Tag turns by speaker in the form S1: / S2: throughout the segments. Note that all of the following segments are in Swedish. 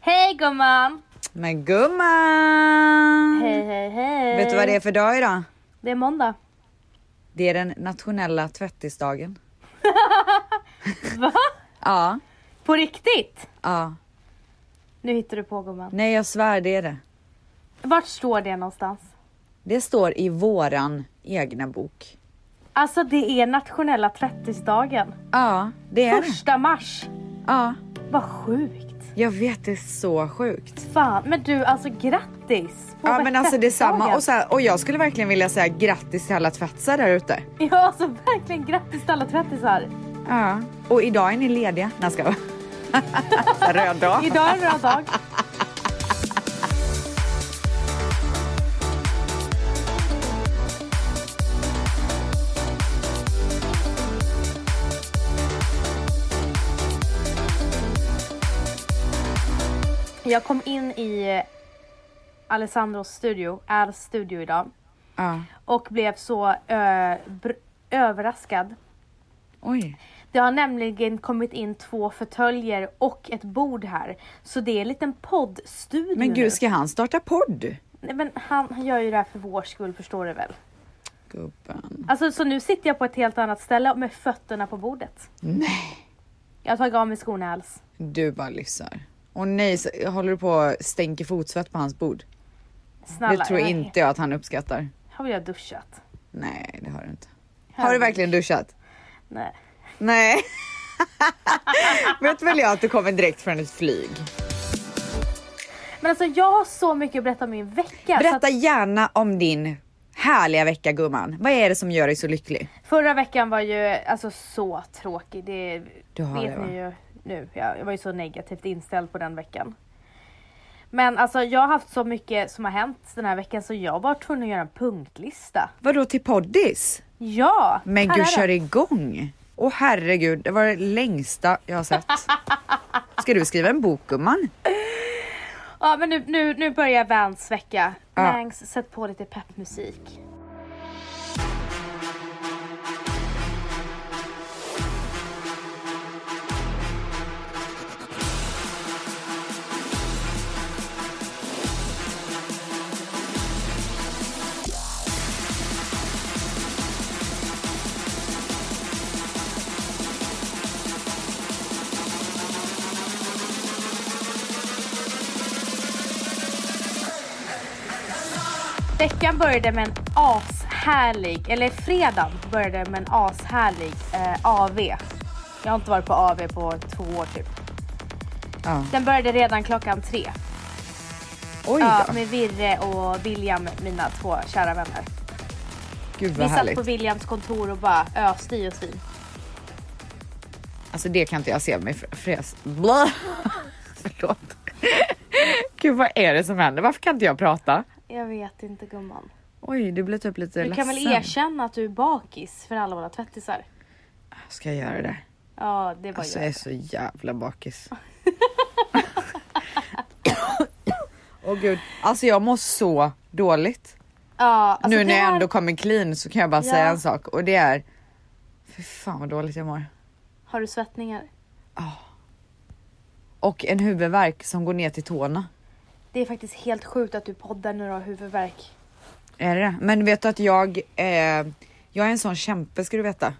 S1: Hej gumman!
S2: Men gumman!
S1: Hej hej hej!
S2: Vet du vad det är för dag idag?
S1: Det är måndag.
S2: Det är den nationella tvättisdagen.
S1: Va?
S2: Ja,
S1: På riktigt?
S2: ja.
S1: Nu hittar du på gumman.
S2: Nej jag svär det är det.
S1: Vart står det någonstans?
S2: Det står i våran egna bok.
S1: Alltså det är nationella 30-dagen.
S2: Ja, det är det.
S1: Första mars.
S2: Ja,
S1: Vad sjukt.
S2: jag vet det är så sjukt.
S1: Fan, men du alltså grattis! På
S2: Ja men alltså
S1: 30-dagen.
S2: detsamma och, så här, och jag skulle verkligen vilja säga grattis till alla tvättisar där ute.
S1: Ja alltså verkligen grattis till alla tvättisar.
S2: Ja. Och idag är ni lediga. Nej ska jag Röd dag.
S1: Idag är en bra dag. Jag kom in i Alessandros studio, Al's studio idag
S2: Ja.
S1: och blev så ö, br- överraskad.
S2: Oj.
S1: Det har nämligen kommit in två fåtöljer och ett bord här. Så det är en liten poddstudio
S2: Men
S1: nu.
S2: gud ska han starta podd?
S1: Nej, men han, han gör ju det här för vår skull förstår du väl?
S2: Gubben.
S1: Alltså så nu sitter jag på ett helt annat ställe med fötterna på bordet.
S2: Nej.
S1: Jag har tagit av mig skorna alls.
S2: Du bara lyssnar. Och nej, så håller du på och stänker fotsvett på hans bord?
S1: Snälla.
S2: det tror
S1: jag-
S2: inte jag att han uppskattar.
S1: Har väl jag duschat?
S2: Nej, det har du inte. Har du verkligen duschat?
S1: Nej.
S2: Nej. Vet väl jag att du kommer direkt från ett flyg.
S1: Alltså- Men alltså jag har så mycket att berätta om min vecka. Så
S2: Berätta gärna om din härliga vecka gumman. Vad är det som gör dig så lycklig?
S1: att förra veckan var ju alltså så tråkig. Det
S2: Du har
S1: vet
S2: det, va?
S1: ni ju nu. Jag jag var ju så negativt inställd på den veckan. Men alltså jag har haft så mycket som har hänt den här veckan så jag var tvungen att göra en punktlista.
S2: Vadå till poddis?
S1: Ja!
S2: Men
S1: här
S2: gud
S1: är den.
S2: kör igång! Åh herregud, det var det längsta jag har sett. Ska du skriva en bok gumman?
S1: Ja men nu, nu, nu börjar Vans vecka.
S2: Ja.
S1: Vans, sätt på lite peppmusik. Veckan började med en ashärlig, eller fredagen började med en ashärlig eh, AV. Jag har inte varit på AV på två år typ.
S2: Ja.
S1: Den började redan klockan tre.
S2: Oj då.
S1: Ja, med Virre och William, mina två kära vänner.
S2: Gud
S1: Vi
S2: vad
S1: satt
S2: härligt.
S1: på Williams kontor och bara öste i oss vin.
S2: Alltså det kan inte jag se mig fr- fräs... Blå. Förlåt. Gud vad är det som händer? Varför kan inte jag prata?
S1: Jag vet inte gumman.
S2: Oj, du blev typ lite
S1: Du
S2: ledsen.
S1: kan väl erkänna att du är bakis för alla våra tvättisar?
S2: Ska jag göra det?
S1: Ja, det var
S2: Alltså jag är så jävla bakis. Åh gud. Alltså jag mår så dåligt.
S1: Ja, alltså
S2: nu när
S1: det
S2: jag
S1: var-
S2: ändå kommer clean så kan jag bara
S1: Ja.
S2: säga en sak och det är... Fy fan vad dåligt jag mår.
S1: Har du svettningar?
S2: Och en huvudvärk som går ner till tårna.
S1: Det är faktiskt helt sjukt att du poddar när du har huvudvärk.
S2: Är det det Men vet du att jag... Eh, jag är en sån kämpe ska du veta.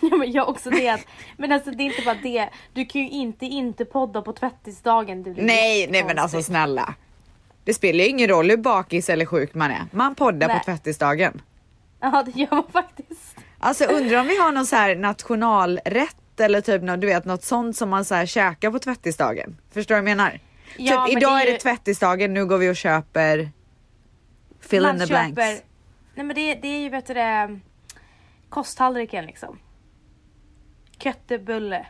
S1: Ja, men jag också det. att- Men alltså det är inte bara det. Du kan ju inte inte podda på tvättisdagen. Det blir
S2: Nej, nej
S1: jättekonstigt.
S2: men alltså snälla. Det spelar ju ingen roll hur bakis eller sjuk man är. Man poddar
S1: Nej.
S2: på tvättisdagen.
S1: Ja, det gör man faktiskt.
S2: Alltså undrar om vi har någon så här nationalrätt eller typ något, du vet, något sånt som man så här käkar på tvättisdagen. Förstår du vad jag menar?
S1: Ja,
S2: typ
S1: men
S2: idag
S1: det är
S2: är,
S1: ju-
S2: det tvättisdagen, nu går vi och köper fill in the blanks.
S1: Nej men det, det är ju vet du det, kosttallriken liksom. Köttebulle.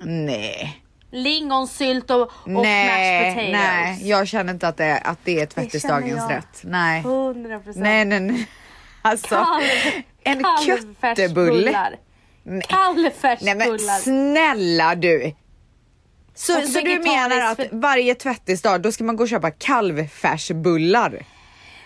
S2: Nej.
S1: Lingonsylt och, och mashed
S2: nej,
S1: potatoes.
S2: nej, jag känner inte att det är, att det är tvättisdagens
S1: jag.
S2: rätt. Nej.
S1: 100 procent.
S2: nej, nej, nej. Alltså, en köttebulle. Nej. Nej
S1: Kalvfärsbullar.
S2: men snälla du! Så,
S1: Och
S2: så du
S1: vegetariskt
S2: menar att
S1: för-
S2: varje tvättisdag då ska man gå och köpa kalvfärsbullar?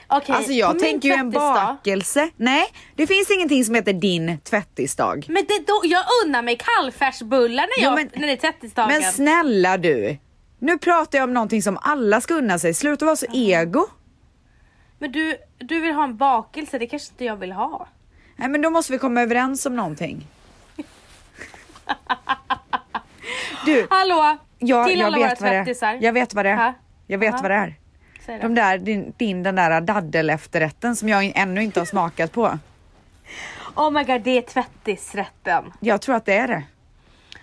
S1: Okej,
S2: Alltså jag
S1: på
S2: tänker ju
S1: min
S2: en
S1: tvättisdag-
S2: bakelse. Nej, det finns ingenting som heter din tvättisdag.
S1: Men det, då, jag unnar mig kalvfärsbullar när,
S2: Jo,
S1: jag,
S2: men-
S1: när det är tvättisdagen.
S2: Men snälla du! Nu pratar jag om någonting som alla ska unna sig. Sluta vara så ego.
S1: Men du, du vill ha en bakelse, det kanske inte jag vill ha.
S2: Nej men då måste vi komma överens om någonting. Du,
S1: Hallå!
S2: jag,
S1: Till
S2: jag
S1: alla
S2: vet
S1: våra
S2: vad det
S1: tvättisar.
S2: är. Jag vet vad det är.
S1: Ja.
S2: Jag vet
S1: Ja.
S2: vad det är.
S1: Säg det.
S2: De där, din, din den där daddel efterrätten som jag in- ännu inte har smakat på.
S1: Oh my god, det är tvättisrätten.
S2: Jag tror att det är det.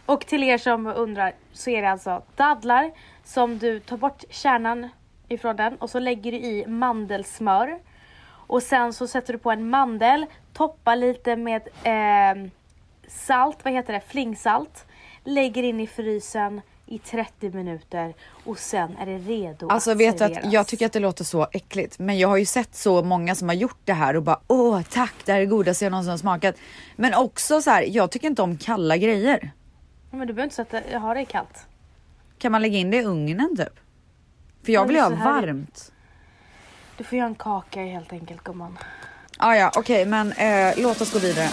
S1: Och till er som undrar så är det alltså dadlar som du tar bort kärnan ifrån den och så lägger du i mandelsmör. Och sen så sätter du på en mandel, toppar lite med eh, salt, vad heter det, flingsalt. Lägger in i frysen i 30 minuter och sen är det redo
S2: Alltså
S1: att
S2: vet du
S1: serveras.
S2: att jag tycker att det låter så äckligt men jag har ju sett så många som har gjort det här och bara åh tack det här är det godaste jag någonsin har smakat. Men också så här, jag tycker inte om kalla grejer.
S1: Ja, Men du behöver inte sätta, ha det kallt.
S2: Kan man lägga in det i ugnen typ? För jag
S1: Men
S2: vill ju ha
S1: så här-
S2: varmt.
S1: Du får göra en kaka helt enkelt gumman.
S2: Ah, ja okej men eh, låt oss gå vidare.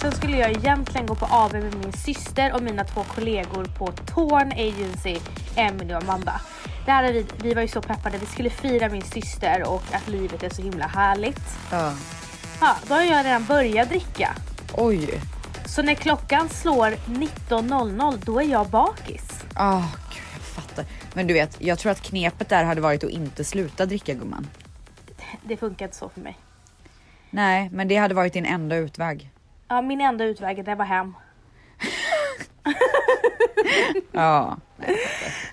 S1: Sen skulle jag egentligen gå på AV med min syster och mina två kollegor på Torn Agency, Emily och Amanda. Det här är vi, vi var ju så peppade, vi skulle fira min syster och att livet är så himla härligt.
S2: Ja.
S1: Ja, då har jag redan börjat dricka.
S2: Oj.
S1: Så när klockan slår 19.00 då är jag bakis.
S2: Ah, gud jag fattar. Men du vet jag tror att knepet där hade varit att inte sluta dricka gumman.
S1: Det funkar inte så för mig.
S2: Nej men det hade varit din enda utväg.
S1: Ja, min enda utväg är att jag var hem.
S2: Ja.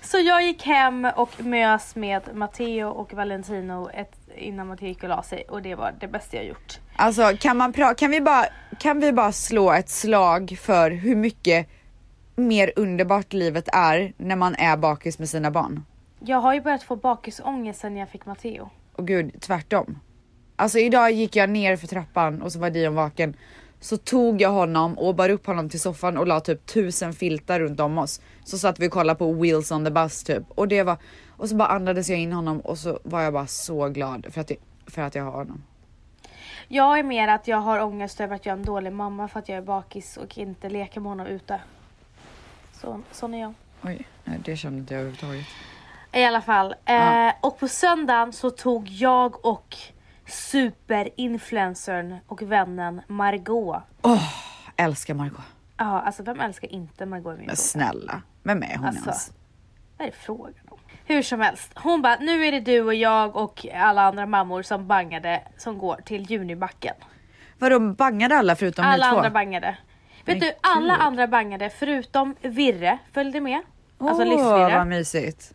S1: Så jag gick hem och mös med Matteo och Valentino ett, innan Matteo gick och la sig och det var det bästa jag gjort.
S2: Alltså kan man pra- kan vi bara, kan vi bara slå ett slag för hur mycket mer underbart livet är när man är bakis med sina barn?
S1: Jag har ju börjat få bakisångest sen jag fick Matteo.
S2: Och gud, tvärtom. Alltså idag gick jag ner för trappan och så var Dion vaken. Så tog jag honom och bar upp honom till soffan och la typ tusen filtar runt om oss. Så satt vi och kollade på Wheels on the bus typ. Och det var, och så bara andades jag in honom och så var jag bara så glad för att, det, för att jag har honom.
S1: Jag är mer att jag har ångest över att jag är en dålig mamma för att jag är bakis och inte leker med honom ute. Så, sån är jag.
S2: Oj, nej, det kände inte jag överhuvudtaget.
S1: I alla fall.
S2: Ja.
S1: Eh, och på söndagen så tog jag och superinfluencern och vännen Margot.
S2: Älskar Margot.
S1: Ja, alltså vem älskar inte Margot Myhrvold?
S2: Men snälla, vem är hon
S1: Alltså.
S2: ens?
S1: Vad är det frågan om? Hur som helst, hon bara nu är det du och jag och alla andra mammor som bangade som går till Junibacken.
S2: Vadå bangade alla förutom
S1: alla
S2: ni två?
S1: andra bangade.
S2: Men
S1: Vet du, alla
S2: gud.
S1: andra bangade förutom Virre följde med. Alltså
S2: Åh, vad
S1: livsvirre.
S2: mysigt.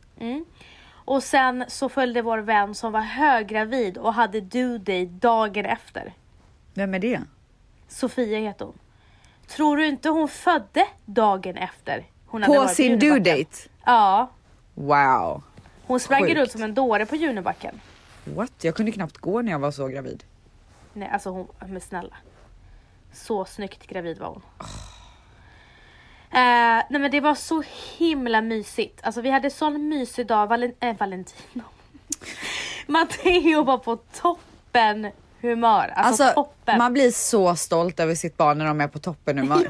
S1: Och sen så följde vår vän som var höggravid och hade due day dagen efter.
S2: Vem är det?
S1: Sofia heter hon. Tror du inte hon födde dagen efter? Hon hade
S2: På
S1: varit
S2: sin due
S1: Junibacken?
S2: date?
S1: Ja.
S2: Wow.
S1: Hon sprang ju
S2: Sjukt.
S1: runt som en dåre på Junibacken.
S2: What? Jag kunde knappt gå när jag var så gravid.
S1: Nej alltså hon, men snälla. Så snyggt gravid var hon. Eh, nej men det var så himla mysigt. Alltså vi hade sån mysig dag. Valen, eh, Valentino. Matteo var på toppen humör. Alltså,
S2: Alltså,
S1: toppen.
S2: man blir så stolt över sitt barn när de är på toppenhumör.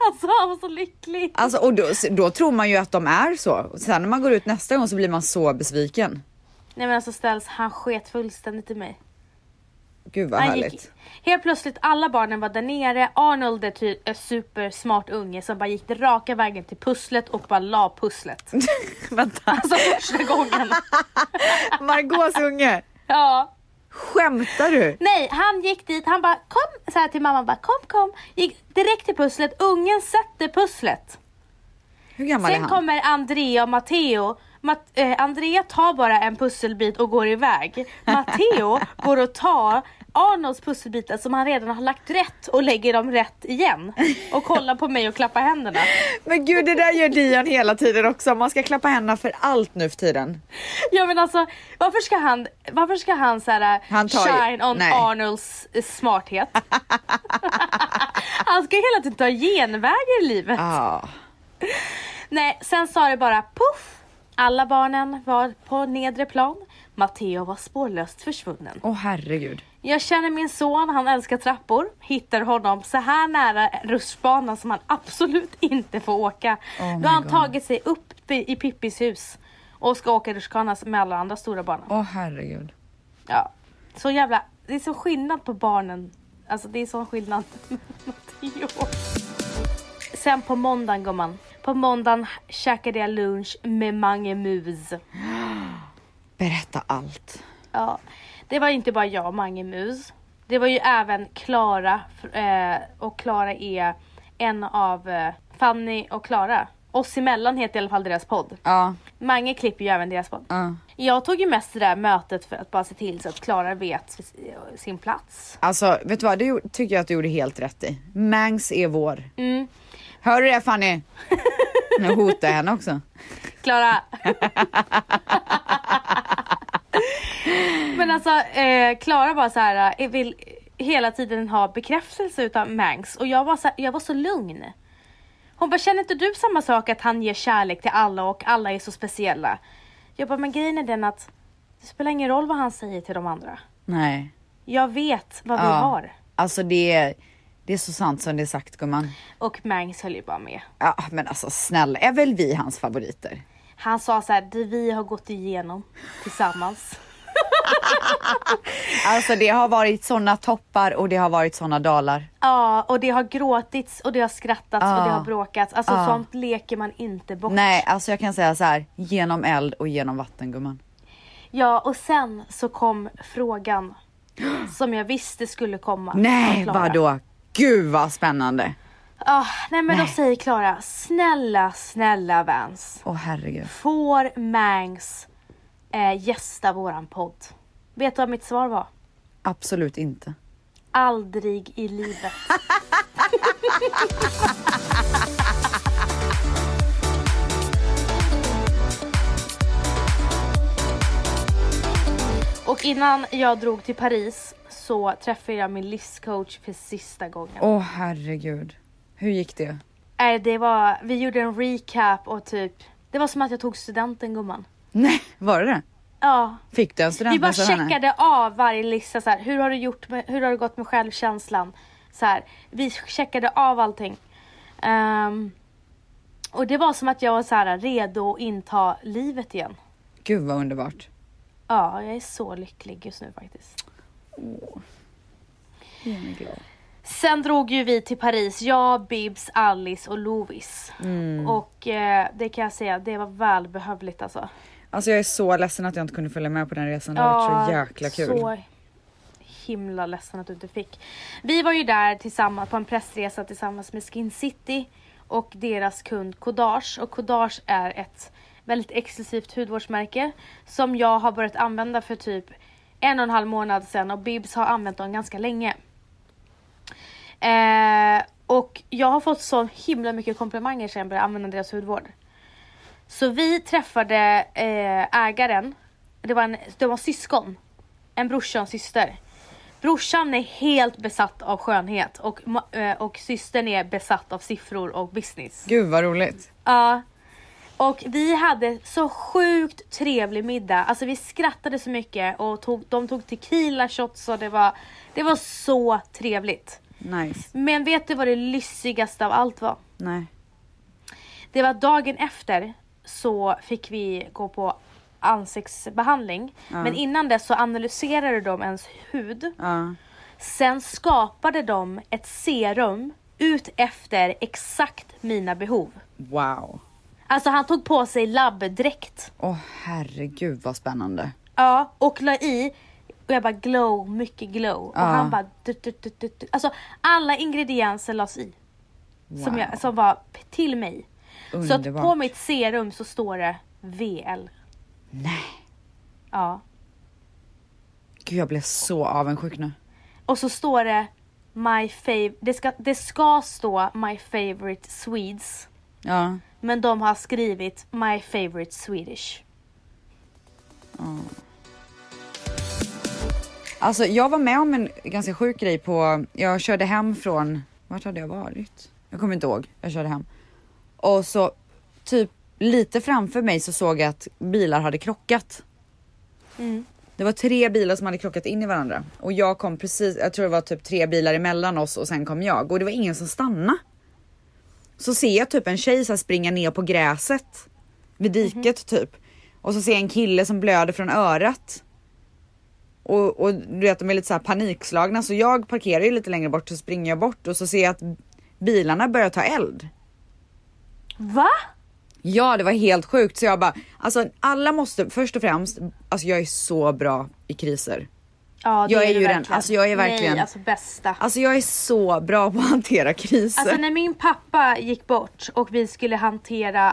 S1: Ja, alltså han var så lycklig.
S2: Alltså, och då, då tror man ju att de är så. Och Sen när man går ut nästa gång så blir man så besviken.
S1: Nej men alltså ställs han sket fullständigt i mig.
S2: Gud vad
S1: Han
S2: härligt.
S1: gick, helt plötsligt alla barnen var där nere. Arnold är typ en supersmart unge som bara gick raka vägen till pusslet och bara la pusslet.
S2: Vänta,
S1: Alltså första gången.
S2: Margaux unge.
S1: Ja.
S2: Skämtar du?
S1: Nej, han gick dit, han bara kom så här till mamma, bara kom kom. Gick direkt till pusslet, ungen sätter pusslet.
S2: Hur gammal är
S1: Sen
S2: han?
S1: kommer Andrea och Matteo. Mat- eh, Andrea tar bara en pusselbit och går iväg. Matteo går och tar Arnolds pusselbitar som han redan har lagt rätt och lägger dem rätt igen. Och kollar på mig och klappar händerna.
S2: Men gud det där gör Dion hela tiden också. Man ska klappa händerna för allt nu för tiden.
S1: Ja men alltså varför ska han, varför ska han så här,
S2: Han tar ju-
S1: shine on
S2: nej.
S1: Arnolds eh, smarthet? han ska hela tiden ta genvägar i livet.
S2: Ja.
S1: Nej, sen sa det bara puff. Alla barnen var på nedre plan. Matteo var spårlöst försvunnen.
S2: Åh herregud.
S1: Jag känner min son, han älskar trappor. Hittar honom så här nära rutschbanan som han absolut inte får åka.
S2: Oh my
S1: Då har han
S2: God.
S1: tagit sig upp Pippi i Pippis hus. Och ska åka rutschkana med alla andra stora barnen.
S2: Åh herregud.
S1: Ja. Så jävla... Det är så skillnad på barnen. Alltså det är sån skillnad. Jo. Sen på måndagen gumman. På måndagen käkade jag lunch med Mange Mus.
S2: Berätta allt.
S1: Ja, det var ju inte bara jag och Mange Mus. Det var ju även Klara eh, och Klara är en av eh, Fanny och Klara. Oss emellan heter i alla fall deras podd.
S2: Ja,
S1: Mange klipper ju även deras podd.
S2: ja.
S1: Jag tog ju mest det där mötet för att bara se till så att Klara vet eh, sin plats.
S2: Alltså vet du vad, det gjorde- tycker jag att du gjorde helt rätt i. Mangs är vår.
S1: Mm.
S2: Hör du det Fanny? Nu hotar jag henne också.
S1: Klara! Men alltså eh, Klara bara så här eh, vill hela tiden ha bekräftelse utav Mangs och jag var så, jag var så lugn. Hon bara, känner inte du samma sak att han ger kärlek till alla och alla är så speciella? Jag bara, men grejen är den att det spelar ingen roll vad han säger till de andra.
S2: Nej.
S1: Jag vet vad vi
S2: Ja.
S1: har.
S2: Alltså det är, det är så sant som det är sagt gumman.
S1: Och Mangs höll ju bara med.
S2: Ja men alltså snälla, är väl vi hans favoriter?
S1: Han sa så här, det vi har gått igenom tillsammans.
S2: Alltså det har varit såna toppar och det har varit såna dalar.
S1: Ja, och det har gråtits och det har skrattats och det
S2: Ja.
S1: har bråkats. Alltså
S2: Ja.
S1: sånt leker man inte bort.
S2: Nej alltså jag kan säga så här, genom eld och genom vatten gumman.
S1: Ja, och sen så kom frågan som jag visste skulle komma.
S2: Nej
S1: från Klara.
S2: vadå? Gud vad spännande.
S1: Ah, nej men
S2: Nej.
S1: då säger Klara, snälla, snälla Vans.
S2: Åh herregud.
S1: Får Mangs eh, gästa våran podd? Vet du vad mitt svar var?
S2: Absolut inte.
S1: Aldrig i livet. Och innan jag drog till Paris så träffade jag min livscoach för sista gången.
S2: Åh herregud. Hur gick det?
S1: Nej, det var, vi gjorde en recap och typ, det var som att jag tog studenten gumman.
S2: Nej, var det det?
S1: Ja,
S2: Fick du en
S1: Vi bara
S2: studentmössa av henne?
S1: checkade av varje lista så här, hur har du gjort med, hur har det gått med självkänslan? Så här, vi checkade av allting. Ehm, och det var som att jag var så här redo att inta livet igen.
S2: Gud vad underbart.
S1: Ja, jag är så lycklig just nu faktiskt. Sen drog ju vi till Paris, jag, Bibs, Alice och Lovis. Och eh, det kan jag säga, det var välbehövligt alltså.
S2: Alltså jag är så ledsen att jag inte kunde följa med på den resan. Det har varit så
S1: Ja,
S2: jäkla kul.
S1: Så himla ledsen att du inte fick. Vi var ju där tillsammans på en pressresa tillsammans med Skin City och deras kund Kodage. Och Kodage är ett väldigt exklusivt hudvårdsmärke som jag har börjat använda för typ en och en halv månad sedan och Bibs har använt dem ganska länge. Eh, och jag har fått så himla mycket komplimanger sedan jag började använda deras hudvård. Så vi träffade eh, ägaren. Det var, en, det var syskon. En brorsa och en syster. Brorsan är helt besatt av skönhet och, ma- eh, och systern är besatt av siffror och business.
S2: Gud vad roligt.
S1: Ja. Och vi hade så sjukt trevlig middag. Alltså vi skrattade så mycket och tog, de tog tequila shots och det var, det var så trevligt.
S2: Nice.
S1: Men vet du vad det lyssigaste av allt var?
S2: Nej.
S1: Det var dagen efter så fick vi gå på ansiktsbehandling. Men innan dess så analyserade de ens hud.
S2: Ja.
S1: Sen skapade de ett serum ut efter exakt mina behov.
S2: Wow.
S1: Alltså han tog på sig labbdräkt.
S2: Åh herregud vad spännande.
S1: Ja, och la i och jag bara glow, mycket glow.
S2: Ja.
S1: Och han bara dut, dut, dut, dut, dut. Alltså alla ingredienser lades i. Som,
S2: Wow.
S1: jag, som var p- till mig. Så att på
S2: Underbart.
S1: mitt serum så står det VL.
S2: Nej.
S1: Ja.
S2: Gud jag blev så avundsjuk nu.
S1: Och så står det My fav- det, ska, det ska stå My favorite Swedes.
S2: Ja.
S1: Men de har skrivit My favorite Swedish.
S2: Alltså jag var med om en ganska sjuk grej på, jag körde hem från, vart hade jag varit? Jag kommer inte ihåg, jag körde hem. Och så typ lite framför mig så såg jag att bilar hade krockat. Det var tre bilar som hade krockat in i varandra och jag kom precis, jag tror det var typ tre bilar emellan oss och sen kom jag och det var ingen som stannade. Så ser jag typ en tjej så här springa ner på gräset vid diket typ. Och så ser jag en kille som blöder från örat. Och, och du vet de är lite så här panikslagna så jag parkerar ju lite längre bort så springer jag bort och så ser jag att bilarna börjar ta eld.
S1: Va?
S2: Ja det var helt sjukt så jag bara, alltså alla måste först och främst, alltså jag är så bra i kriser.
S1: Ja, det
S2: Jag är
S1: du
S2: ju den.
S1: verkligen.
S2: Alltså, jag är verkligen-
S1: Nej, alltså bästa.
S2: Alltså jag är så bra på att hantera kriser.
S1: Alltså när min pappa gick bort och vi skulle hantera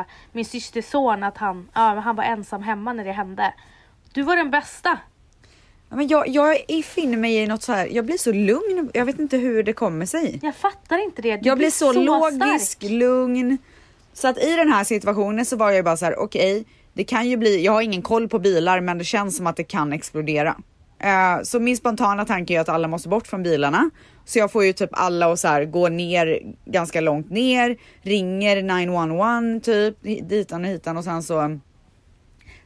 S1: eh, min systerson att han, ja, men han var ensam hemma när det hände. Du var den bästa.
S2: Ja, Men jag, jag finner mig i något så här. jag blir så lugn, jag vet inte hur det kommer sig.
S1: Jag fattar inte det. Du
S2: Jag blir så, logisk,
S1: stark.
S2: lugn. Så att i den här situationen så var jag bara så här: okej, det kan ju bli, jag har ingen koll på bilar men det känns som att det kan explodera. Eh, så min spontana tanke är att alla måste bort från bilarna. Så jag får ju typ alla att så här, gå ner ganska långt ner, ringer 911 typ, hi- ditan och hitan och sen så mm,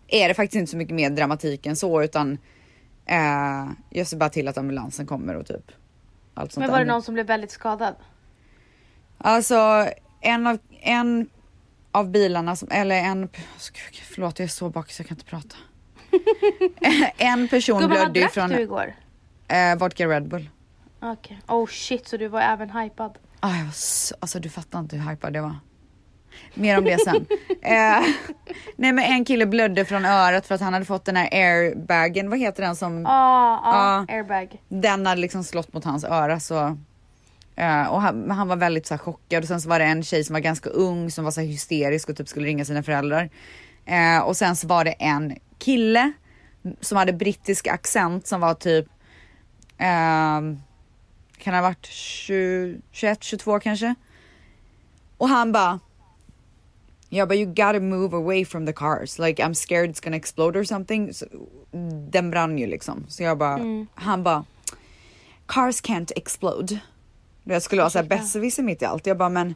S2: är det faktiskt inte så mycket mer dramatik än så utan eh, jag ser bara till att ambulansen kommer och typ allt sånt
S1: Men
S2: där.
S1: var det någon som blev väldigt skadad?
S2: Alltså en av, en av bilarna som, eller en, alltså, gud, förlåt jag är så bakis jag kan inte prata. en person
S1: Gumman, vad
S2: blödde ju
S1: drack
S2: från
S1: du igår?
S2: eh, vodka Red Bull.
S1: Okej. Oh shit, så du var även hypad.
S2: Ah, jag var så, alltså du fattar inte hur hypad jag var. Mer om det sen. eh, nej men en kille blödde från örat för att han hade fått den här airbagen, vad heter den som,
S1: Ja, ja,
S2: Ja.
S1: airbag.
S2: den hade liksom slått mot hans öra så. Eh, och han, han var väldigt så här, chockad och sen så var det en tjej som var ganska ung som var så här, hysterisk och typ skulle ringa sina föräldrar. Eh, och sen så var det en kille som hade brittisk accent som var typ ehm, kan ha varit 20, 21, 22 kanske. Och han bara jag bara you gotta move away from the cars like I'm scared it's gonna explode or something. Så, den brann ju liksom så jag bara han bara cars can't explode. Jag skulle vara såhär
S1: Ursäkta.
S2: besserwisser mitt i allt. Jag bara men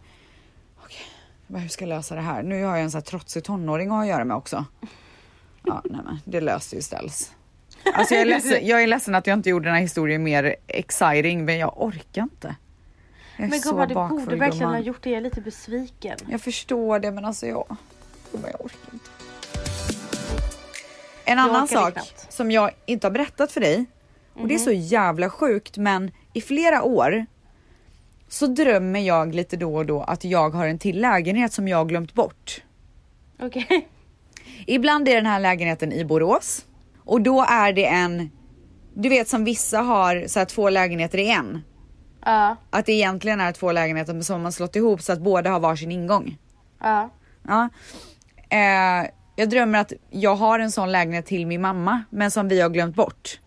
S2: okej, jag bara, hur ska jag lösa det här? Nu har jag en sån här trotsig tonåring att ha att göra med också. Ja, nej men det löste ju ställs. Alltså jag är, ledsen, jag är ledsen att jag inte gjorde den här historien mer exciting men jag orkar inte. Jag är
S1: Men
S2: så
S1: gumman, du
S2: bakfull,
S1: borde verkligen
S2: gumman.
S1: ha gjort det. Jag är lite besviken.
S2: Jag förstår det men alltså jag, gumman, jag orkar inte. En annan
S1: orkade
S2: sak
S1: knappt. Mhm.
S2: som jag inte har berättat för dig och det är så jävla sjukt men i flera år så drömmer jag lite då och då att jag har en till lägenhet som jag har glömt bort.
S1: Okej.
S2: Ibland är den här lägenheten i Borås och då är det en, du vet som vissa har så här två lägenheter i en.
S1: Ja,
S2: Att det egentligen är två lägenheter men som man har slått ihop så att båda har varsin ingång.
S1: ja.
S2: Ja. Eh, jag drömmer att jag har en sån lägenhet till min mamma men som vi har glömt bort.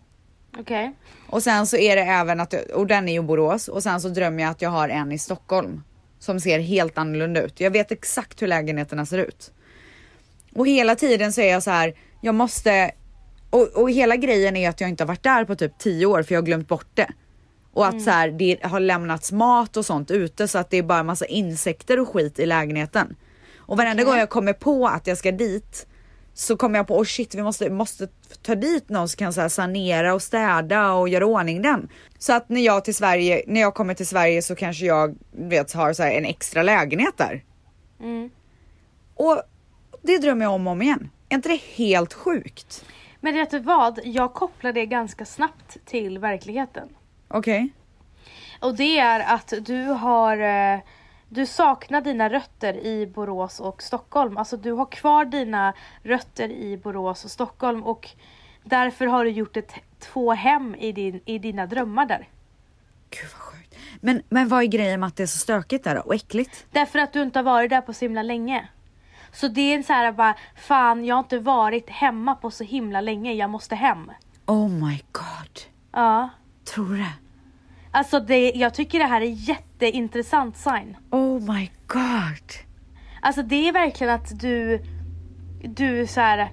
S1: Okej.
S2: Och sen så är det även att, och den är ju i Borås och sen så drömmer jag att jag har en i Stockholm. Som ser helt annorlunda ut. Jag vet exakt hur lägenheterna ser ut. Och hela tiden så är jag så här, jag måste, och, och hela grejen är att jag inte har varit där på typ 10 år för jag har glömt bort det. Och att så här, det har lämnats mat och sånt ute så att det är bara massa insekter och skit i lägenheten. Och varenda gång jag kommer på att jag ska dit så kommer jag på oh shit vi måste, måste ta dit någon som kan så här sanera och städa och göra i ordning den. Så att när jag till Sverige, när jag kommer till Sverige så kanske jag du vet har så här en extra lägenhet där.
S1: Mm.
S2: Och det drömmer jag om och om igen. Är inte det helt sjukt?
S1: Men vet du vad? Jag kopplar det ganska snabbt till verkligheten.
S2: Okej.
S1: Och det är att du har eh, du saknar dina rötter i Borås och Stockholm. Alltså du har kvar dina rötter i Borås och Stockholm och därför har du gjort ett två hem i, din, i dina drömmar där.
S2: Gud vad sjukt. Men, men vad är grejen med att det är så stökigt där då? och äckligt?
S1: Därför att du inte har varit där på så himla länge. Så det är en så här bara, fan jag har inte varit hemma på så himla länge, jag måste hem.
S2: Oh my god.
S1: Ja.
S2: Tror du det?
S1: Alltså det, jag tycker det här är jätteintressant sign.
S2: Oh my god.
S1: Alltså det är verkligen att du, du så här,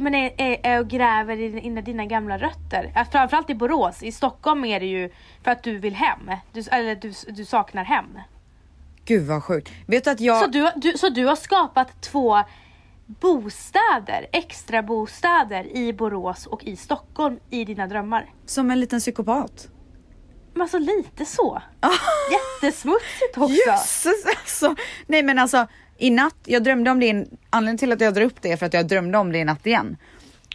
S1: men är, är, är och gräver i dina, dina gamla rötter. Att Framförallt i Borås, i Stockholm är det ju för att du vill hem. Du, eller du, du saknar hem.
S2: Gud vad sjukt. Vet du att jag...
S1: Så, du, du, så du har skapat två bostäder, extra bostäder i Borås och i Stockholm i dina drömmar.
S2: Som en liten psykopat.
S1: Men alltså lite så. Jättesmutsigt också.
S2: Jösses alltså! Nej men alltså I natt, jag drömde om det, i- anledningen till att jag drar upp det är för att jag drömde om det i natt igen.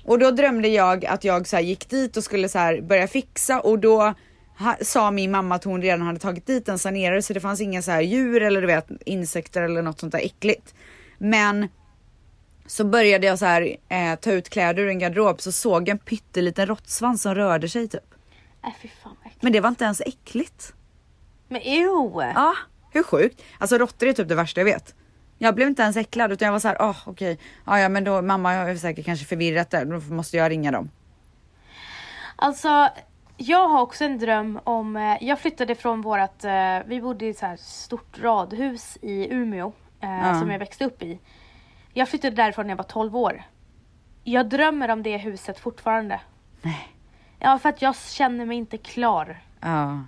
S2: Och då drömde jag att jag så här gick dit och skulle så här börja fixa och då ha, sa min mamma att hon redan hade tagit dit en sanerare så det fanns inga så här djur eller du vet insekter eller något sånt där äckligt. Men så började jag så här eh, ta ut kläder ur en garderob så såg jag en pytteliten råttsvans som rörde sig typ.
S1: Äh, fy fan vad äckligt.
S2: Men det var inte ens äckligt.
S1: Men ew!
S2: Ja, hur sjukt? Alltså råttor är typ det värsta jag vet. Jag blev inte ens äcklad utan jag var så här, ah okej, ah, ja men då mamma har ju säkert kanske förvirrat det, då måste jag ringa dem.
S1: Alltså, jag har också en dröm om... eh, Jag flyttade från vårat... eh, Vi bodde i ett så här stort radhus i Umeå eh,
S2: Ja.
S1: som jag växte upp i. Jag flyttade därifrån när jag var 12 år. Jag drömmer om det huset fortfarande.
S2: Nej.
S1: Ja, för att jag känner mig inte klar.
S2: Ja,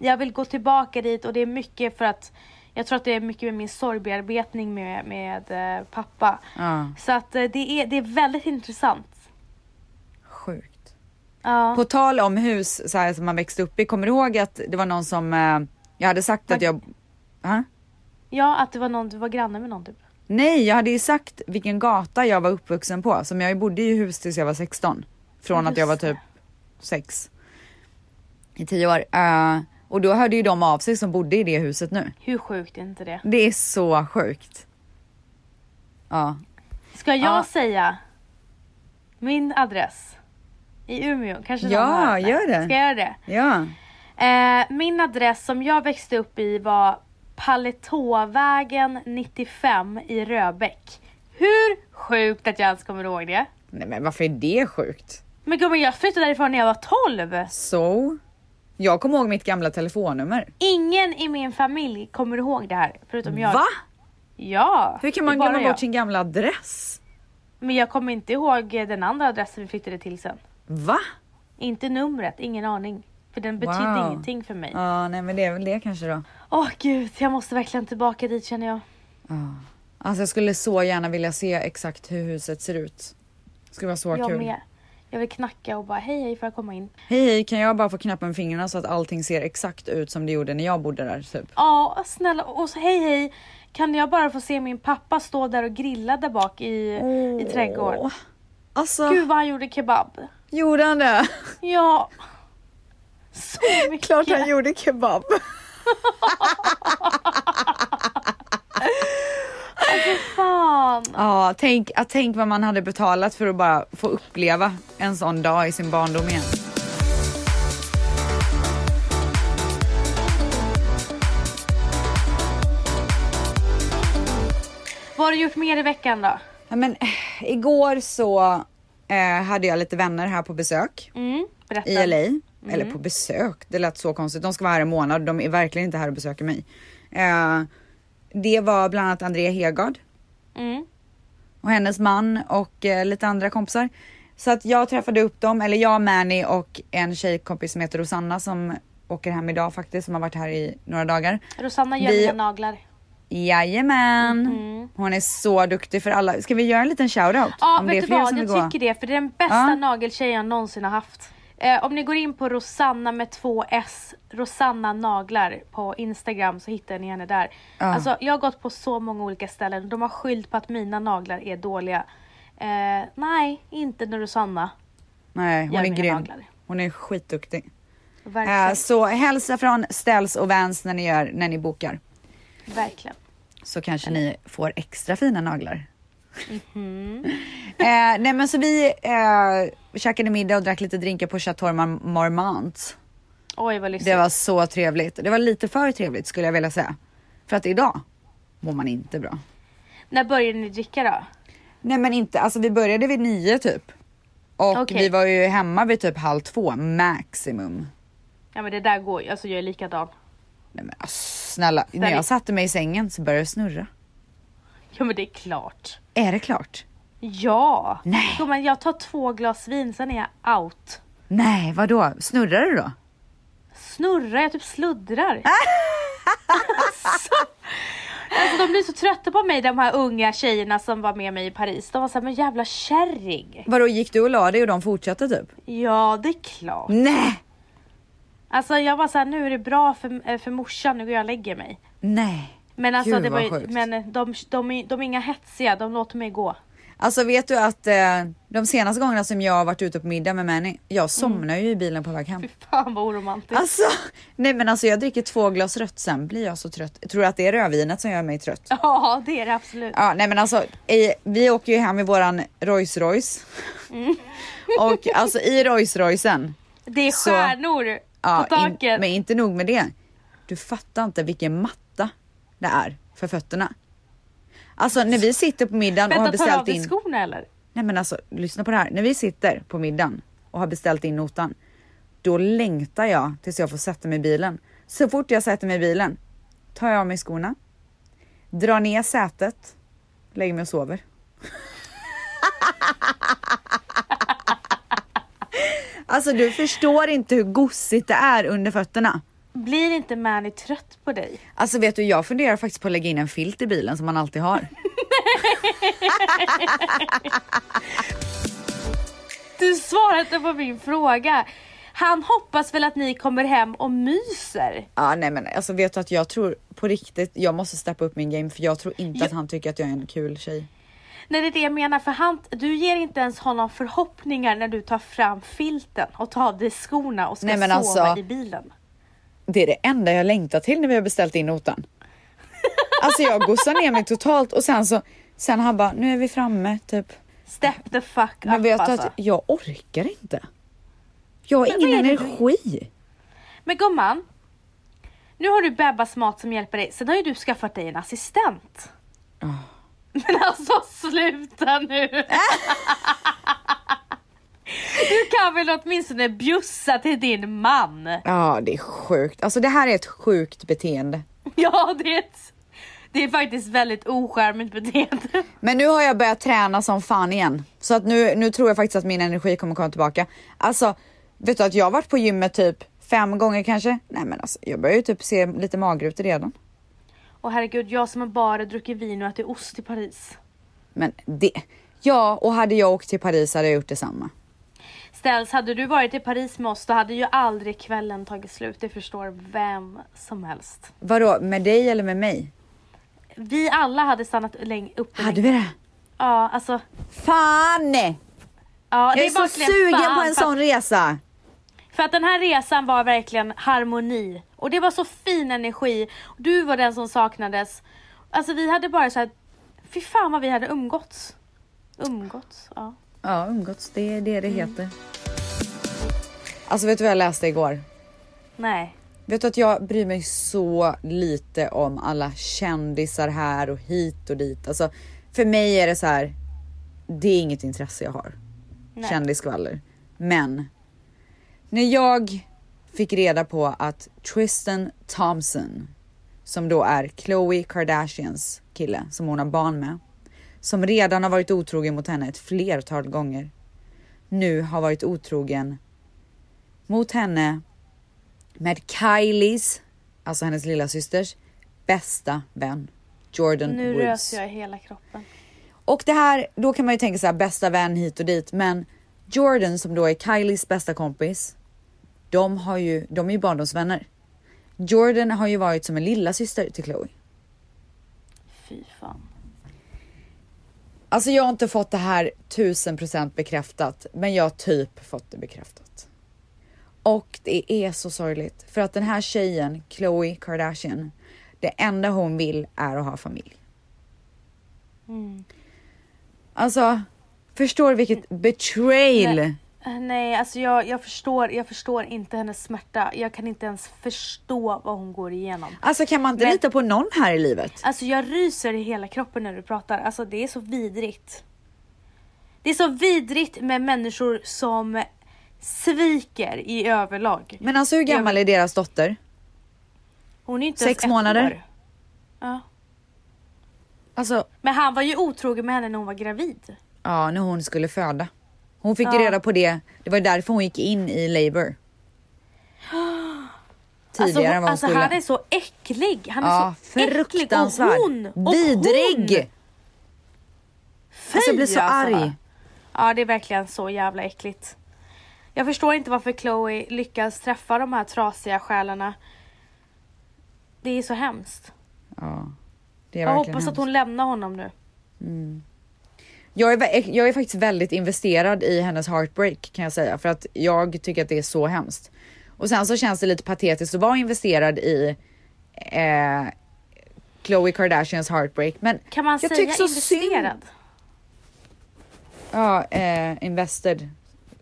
S1: Jag vill gå tillbaka dit och det är mycket för att jag tror att det är mycket med min sorgbearbetning med, med eh, pappa.
S2: ja,
S1: Så att eh, det är, det är väldigt intressant.
S2: sjukt.
S1: Ja.
S2: På tal om hus så här som man växte upp i, kommer du ihåg att det var någon som, eh, jag hade sagt att jag, ha?
S1: ja, att det var någon, du var granne med någon typ.
S2: Nej, jag hade ju sagt vilken gata jag var uppvuxen på, som jag bodde i hus tills jag var 16. Från att jag var
S1: Just det.
S2: typ 6. I 10 år. Eh, och då hörde ju de av sig som bodde i det huset nu.
S1: Hur sjukt är inte det?
S2: Det är så sjukt. Ja,
S1: Ska jag
S2: Ja.
S1: säga min adress? I Umeå, kanske någon
S2: Ja,
S1: hör den.
S2: gör det.
S1: Ska jag göra det?
S2: ja.
S1: Eh, min adress som jag växte upp i var Paletåvägen 95 i Röbäck. Hur sjukt att jag ens kommer ihåg det.
S2: Nej men varför är det sjukt?
S1: Men gumman jag flyttade därifrån när jag var 12.
S2: Så? Jag kommer ihåg mitt gamla telefonnummer.
S1: Ingen i min familj kommer ihåg det här förutom jag.
S2: Va?
S1: Ja.
S2: Hur kan
S1: det är
S2: man
S1: bara
S2: glömma
S1: jag.
S2: bort sin gamla adress?
S1: Men jag kommer inte ihåg den andra adressen vi flyttade till sen.
S2: Va?
S1: Inte numret, ingen aning. För den betydde
S2: Wow.
S1: ingenting för mig.
S2: Ja, nej men det är väl det kanske då.
S1: Åh gud, jag måste verkligen tillbaka dit känner jag.
S2: Ja. Alltså jag skulle så gärna vilja se exakt hur huset ser ut. Det skulle vara så
S1: jag
S2: kul.
S1: med. Jag vill knacka och bara hej hej får jag komma in?
S2: Hej hej, kan jag bara få knäppa med fingrarna så att allting ser exakt ut som det gjorde när jag bodde där typ?
S1: Ja, snälla och så hej hej. Kan jag bara få se min pappa stå där och grilla där bak i, i trädgården?
S2: Åh. Alltså,
S1: Gud vad han gjorde kebab.
S2: gjorde han det?
S1: Ja. Så mycket.
S2: Klart han gjorde kebab.
S1: Fan.
S2: Ja, tänk, att tänk vad man hade betalat för att bara få uppleva en sån dag i sin barndom igen.
S1: Vad har du gjort mer i veckan då?
S2: Ja, men eh, igår så eh, hade jag lite vänner här på besök
S1: Mm, berätta.
S2: i LA. Eller på besök, det lät så konstigt. De ska vara här en månad de är verkligen inte här och besöker mig. Eh, det var bland annat Andrea Hegard
S1: Mm.
S2: och hennes man och eh, lite andra kompisar. Så att jag träffade upp dem, eller jag, Mani och en tjejkompis som heter Rosanna som åker hem idag faktiskt, som har varit här i några dagar.
S1: Rosanna gör
S2: Vi-
S1: mina naglar.
S2: Jajamän!
S1: Mhm.
S2: Hon är så duktig för alla. Ska vi göra en liten shoutout?
S1: Ja,
S2: Om det är
S1: vet du
S2: fler
S1: vad?
S2: som
S1: Jag
S2: vill gå.
S1: tycker det. För det är den bästa
S2: Ja.
S1: nageltjej jag någonsin har haft. Eh, om ni går in på Rosanna med två S, Rosanna naglar på Instagram så hittar ni henne där.
S2: Ja.
S1: Alltså jag har gått på så många olika ställen och de har skyllt på att mina naglar är dåliga. Eh, nej, inte när Rosanna
S2: Nej, hon
S1: gör
S2: är
S1: mina
S2: grym.
S1: naglar.
S2: Hon är skitduktig.
S1: Verkligen.
S2: Eh, så hälsa från Ställs och Vans när ni, gör, när ni bokar.
S1: Verkligen.
S2: Så kanske ni får extra fina naglar.
S1: Mhm.
S2: eh, nej men så vi eh, käkade middag och drack lite drinkar på Chateau Mar- Marmont.
S1: Oj vad lyssnigt.
S2: Det var så trevligt. Det var lite för trevligt skulle jag vilja säga. För att idag mår man inte bra.
S1: När började ni dricka då?
S2: Nej men inte, alltså vi började vid nio typ. Och
S1: Okej.
S2: vi var ju hemma vid typ halv två maximum.
S1: Ja men det där går ju, alltså jag är likadan.
S2: Nej men alltså, snälla, när jag satte mig i sängen så började det snurra.
S1: Ja men det är klart.
S2: Är det klart?
S1: Ja!
S2: Nej.
S1: Gumman jag tar två glas vin sen är jag out.
S2: Nej, vadå? Snurrar det då?
S1: snurrar, jag typ sluddrar. alltså, alltså de blir så trötta på mig de här unga tjejerna som var med mig i Paris. De var såhär, men jävla kärring.
S2: Vadå, gick du och la dig och de fortsatte typ?
S1: Ja det är klart.
S2: Nej!
S1: Alltså jag var såhär, nu är det bra för, eh, för morsan, nu går jag och lägger mig.
S2: Nej.
S1: Men alltså
S2: Gud,
S1: det var
S2: vad
S1: ju,
S2: sjukt.
S1: men de, de, är- de är inga hetsiga, de låter mig gå.
S2: Alltså vet du att eh, de senaste gångerna som jag har varit ute på middag med Manny, jag somnar ju i bilen på väg hem.
S1: Mm. Fy fan vad oromantiskt.
S2: Alltså, nej men alltså jag dricker två glas rött sen blir jag så trött. Tror du att det är rödvinet som gör mig trött?
S1: Ja det är det absolut.
S2: Ja, nej men alltså i, vi åker ju hem i våran Rolls Royce.
S1: Mm.
S2: Och alltså i Rolls Roycen.
S1: Det är
S2: Så-
S1: stjärnor
S2: Ja,
S1: på taket.
S2: in, men inte nog med det. Du fattar inte vilken matta det är för fötterna. Alltså när vi sitter på middagen och har
S1: Vänta, tar du av dig
S2: beställt in.
S1: skorna eller?
S2: Nej men alltså lyssna på det här. När vi sitter på middagen och har beställt in notan. Då längtar jag tills jag får sätta mig i bilen. Så fort jag sätter mig i bilen tar jag av mig skorna. Drar ner sätet. Lägger mig och sover. alltså du förstår inte hur gosigt det är under fötterna.
S1: Blir inte Mani trött på dig?
S2: Alltså vet du, jag funderar faktiskt på att lägga in en filt i bilen som man alltid har.
S1: Du svarar inte på min fråga. Han hoppas väl att ni kommer hem och myser?
S2: Ja nej men alltså vet du att jag tror på riktigt, jag måste steppa upp min game för jag tror inte att han tycker att jag är en kul tjej.
S1: Nej det är det jag menar för han, du ger inte ens honom förhoppningar när du tar fram filten och tar av dig skorna och ska
S2: Nej, men
S1: sova
S2: alltså-
S1: i bilen.
S2: Det är det enda jag längtar till när vi har beställt in notan. Alltså jag gossar ner mig totalt och sen så, sen han bara nu är vi framme typ.
S1: Step the fuck
S2: Men
S1: up
S2: vet du
S1: alltså.
S2: att jag orkar inte. Jag har ingen
S1: vad är det du-
S2: energi.
S1: Men gumman, nu har du Bebbas mat som hjälper dig. Sen har ju du skaffat dig en assistent.
S2: Ah.
S1: Men alltså sluta nu! du kan väl åtminstone bjussa till din man?
S2: Ja det är sjukt, alltså det här är ett sjukt beteende.
S1: Ja, det är, ett, det är faktiskt väldigt ocharmigt beteende.
S2: Men nu har jag börjat träna som fan igen. Så att nu, nu tror jag faktiskt att min energi kommer komma tillbaka. Alltså, vet du att jag har varit på gymmet typ fem gånger kanske? Nej men alltså, jag börjar ju typ se lite mager ut redan.
S1: Och herregud, jag som har bara druckit vin och ätit ost i Paris.
S2: Men det... Ja, och hade jag åkt till Paris hade jag gjort detsamma.
S1: Ställs, hade du varit i Paris med oss då hade ju aldrig kvällen tagit slut. Det förstår vem som helst.
S2: Vadå, med dig eller med mig?
S1: Vi alla hade stannat läng- uppe
S2: Hade
S1: länge.
S2: vi det?
S1: Ja, alltså.
S2: Fan!
S1: Ja,
S2: Jag
S1: det
S2: är så
S1: verkligen
S2: sugen
S1: fan,
S2: på en
S1: för-
S2: sån resa!
S1: För att den här resan var verkligen harmoni. Och det var så fin energi. Du var den som saknades. Alltså vi hade bara så här, fy fan vad vi hade umgåtts. Umgåtts, ja.
S2: Ja, umgåtts, det är det det heter. Alltså vet du vad jag läste igår?
S1: Nej.
S2: Vet du att jag bryr mig så lite om alla kändisar här och hit och dit. Alltså för mig är det så här. Det är inget intresse jag har.
S1: Nej.
S2: Kändisskvaller. Men. När jag fick reda på att Tristan Thompson som då är Khloe Kardashians kille som hon har barn med. Som redan har varit otrogen mot henne ett flertal gånger. Nu har varit otrogen mot henne med Kylies, alltså hennes lilla systers bästa vän Jordan
S1: Nu
S2: Woods.
S1: rös jag i hela kroppen.
S2: Och det här, då kan man ju tänka så här bästa vän hit och dit, men Jordan som då är Kylies bästa kompis. De har ju, de är ju barndomsvänner. Jordan har ju varit som en lilla syster till Chloe.
S1: Fy fan.
S2: Alltså jag har inte fått det här 1000% bekräftat, men jag har typ fått det bekräftat. Och det är så sorgligt för att den här tjejen, Khloe Kardashian, det enda hon vill är att ha familj.
S1: Mm.
S2: Alltså, förstår du vilket betrayal?
S1: Nej. Äh, Nej, alltså jag, jag, förstår, jag förstår inte hennes smärta. Jag kan inte ens förstå vad hon går igenom.
S2: Alltså kan man inte
S1: Men-
S2: lita på någon här i livet?
S1: Alltså jag ryser i hela kroppen när du pratar. Alltså det är så vidrigt. Det är så vidrigt med människor som sviker i överlag.
S2: Men alltså hur gammal är deras dotter?
S1: Hon är inte ens
S2: Sex
S1: ett
S2: månader?
S1: År. Ja.
S2: Alltså,
S1: Men han var ju otrogen med henne när hon var gravid.
S2: ja när hon skulle föda. Hon fick ju
S1: Ja.
S2: reda på det, det var ju därför hon gick in i labour. Tidigare
S1: Alltså, hon-
S2: än vad hon
S1: alltså
S2: skulle.
S1: han är så äcklig. Han är
S2: ja,
S1: så äcklig. Och
S2: fruktansvärd.
S1: hon! Och
S2: Vidrig!
S1: Hon.
S2: alltså jag blir
S1: Fy,
S2: så
S1: alltså.
S2: arg.
S1: Ja, det är verkligen så jävla äckligt. Jag förstår inte varför Chloe lyckas träffa de här trasiga själarna. Det är så hemskt.
S2: Ja. Det är
S1: Jag
S2: verkligen
S1: hoppas att
S2: hemskt.
S1: hon lämnar honom nu.
S2: Jag är, vä- eh, jag är faktiskt väldigt investerad i hennes heartbreak kan jag säga för att jag tycker att det är så hemskt. Och sen så känns det lite patetiskt att vara investerad i eh, Khloe Kardashians heartbreak. Men
S1: Kan man
S2: Jag
S1: säga
S2: tycker så
S1: investerad?
S2: ja, eh, invested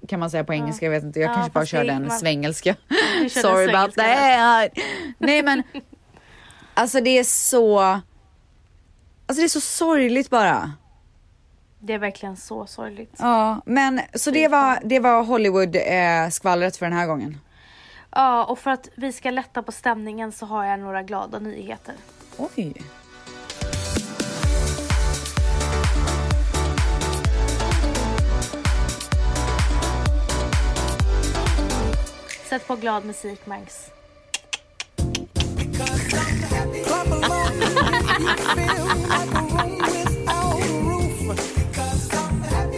S2: kan man säga på engelska. Jag vet inte, jag
S1: Ja,
S2: kanske bara
S1: fast
S2: körde
S1: det-
S2: en
S1: man-
S2: svengelska.
S1: Du körde
S2: Sorry about
S1: svengelska där.
S2: that. Nej men alltså det är så. Alltså det är så sorgligt bara.
S1: Det är verkligen så sorgligt.
S2: Ja, men så det var, det var Hollywood eh, skvallret för den här gången.
S1: Ja, och för att vi ska lätta på stämningen så har jag några glada nyheter.
S2: Oj.
S1: Sätt på glad musik, Mangs.
S3: Clap along if you feel like a room without a roof.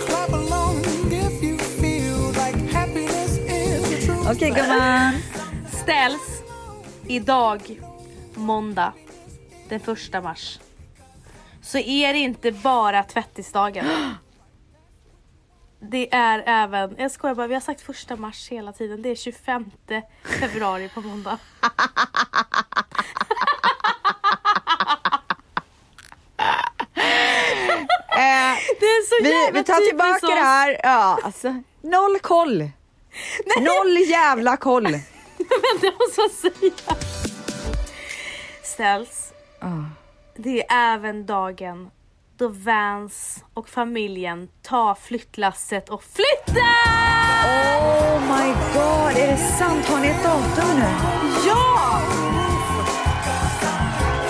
S3: Clap along if you feel like happiness is the truth.
S2: Okej gumman.
S1: Ställs idag, måndag den första mars. Så är det inte bara tvättisdagen. Det är även, jag skojar bara, vi har sagt första mars hela tiden. Det är 25 februari på måndag.
S2: Eh,
S1: Det är så
S2: vi,
S1: jävla
S2: vi tar
S1: typiskt
S2: tillbaka
S1: oss.
S2: det här. Ja, alltså, noll koll. Noll jävla koll.
S1: Men det måste jag säga. Ställs. Det är även dagen då Vans och familjen tar flyttlasset och flyttar!
S2: Oh my god, är det sant? Har ni ett datum nu?
S1: Ja!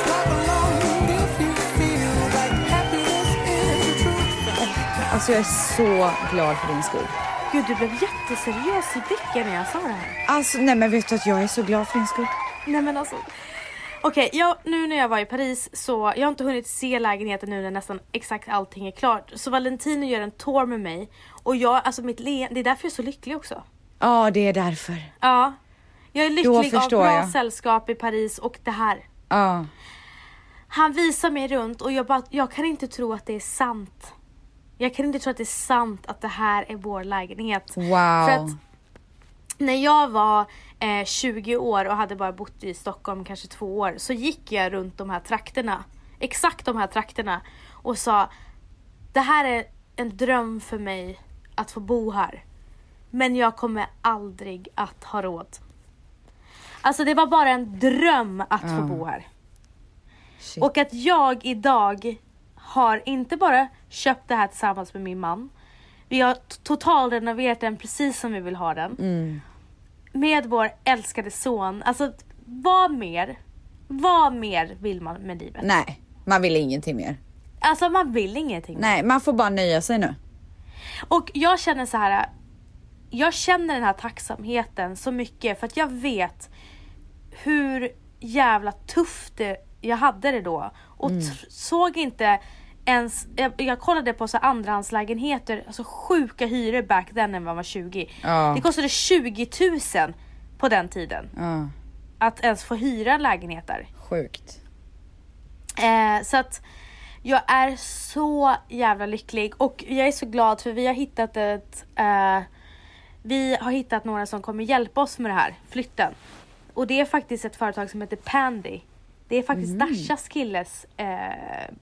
S3: Clap along if you feel like happiness is the truth.
S2: Alltså jag är så glad för din skull.
S1: Gud, du blev jätteseriös i blicken när jag sa det här.
S2: Alltså nej men vet du att jag är så glad för din skull.
S1: Nej men alltså. Okej, ja, nu när jag var i Paris så jag har inte hunnit se lägenheten nu när nästan exakt allting är klart. Så Valentino gör en tour med mig och jag, alltså mitt leende, det är därför jag är så lycklig också.
S2: Ja det är därför.
S1: Ja. Jag är
S2: Då
S1: lycklig av
S2: förstår
S1: bra
S2: jag.
S1: sällskap i Paris och det här.
S2: Ja.
S1: Han visar mig runt och jag bara, jag kan inte tro att det är sant. Jag kan inte tro att det är sant att det här är vår lägenhet.
S2: Wow.
S1: För att när jag var eh, 20 år och hade bara bott i Stockholm kanske två år så gick jag runt de här trakterna. Exakt de här trakterna. Och sa, det här är en dröm för mig att få bo här. Men jag kommer aldrig att ha råd. Alltså det var bara en dröm att få bo här.
S2: Shit.
S1: Och att jag idag har inte bara köpt det här tillsammans med min man. Vi har t- totalrenoverat den precis som vi vill ha den. Med vår älskade son. Alltså vad mer? Vad mer vill man med livet?
S2: Nej, man vill ingenting mer.
S1: Alltså man vill ingenting.
S2: Nej, man får bara nöja sig nu.
S1: Och jag känner så här. Jag känner den här tacksamheten så mycket för att jag vet hur jävla tufft det, jag hade det då. Och tr- såg inte ens, jag, jag kollade på så här andrahandslägenheter, alltså sjuka hyror back then när man var 20.
S2: Ja.
S1: Det kostade 20 000 på den tiden
S2: Ja,
S1: att ens få hyra en lägenhet där.
S2: sjukt.
S1: Eh, så att jag är så jävla lycklig och jag är så glad för vi har hittat ett eh, Vi har hittat några som kommer hjälpa oss med det här, flytten. Och det är faktiskt ett företag som heter Pandy. Det är faktiskt
S2: Mm.
S1: Dashas killes eh,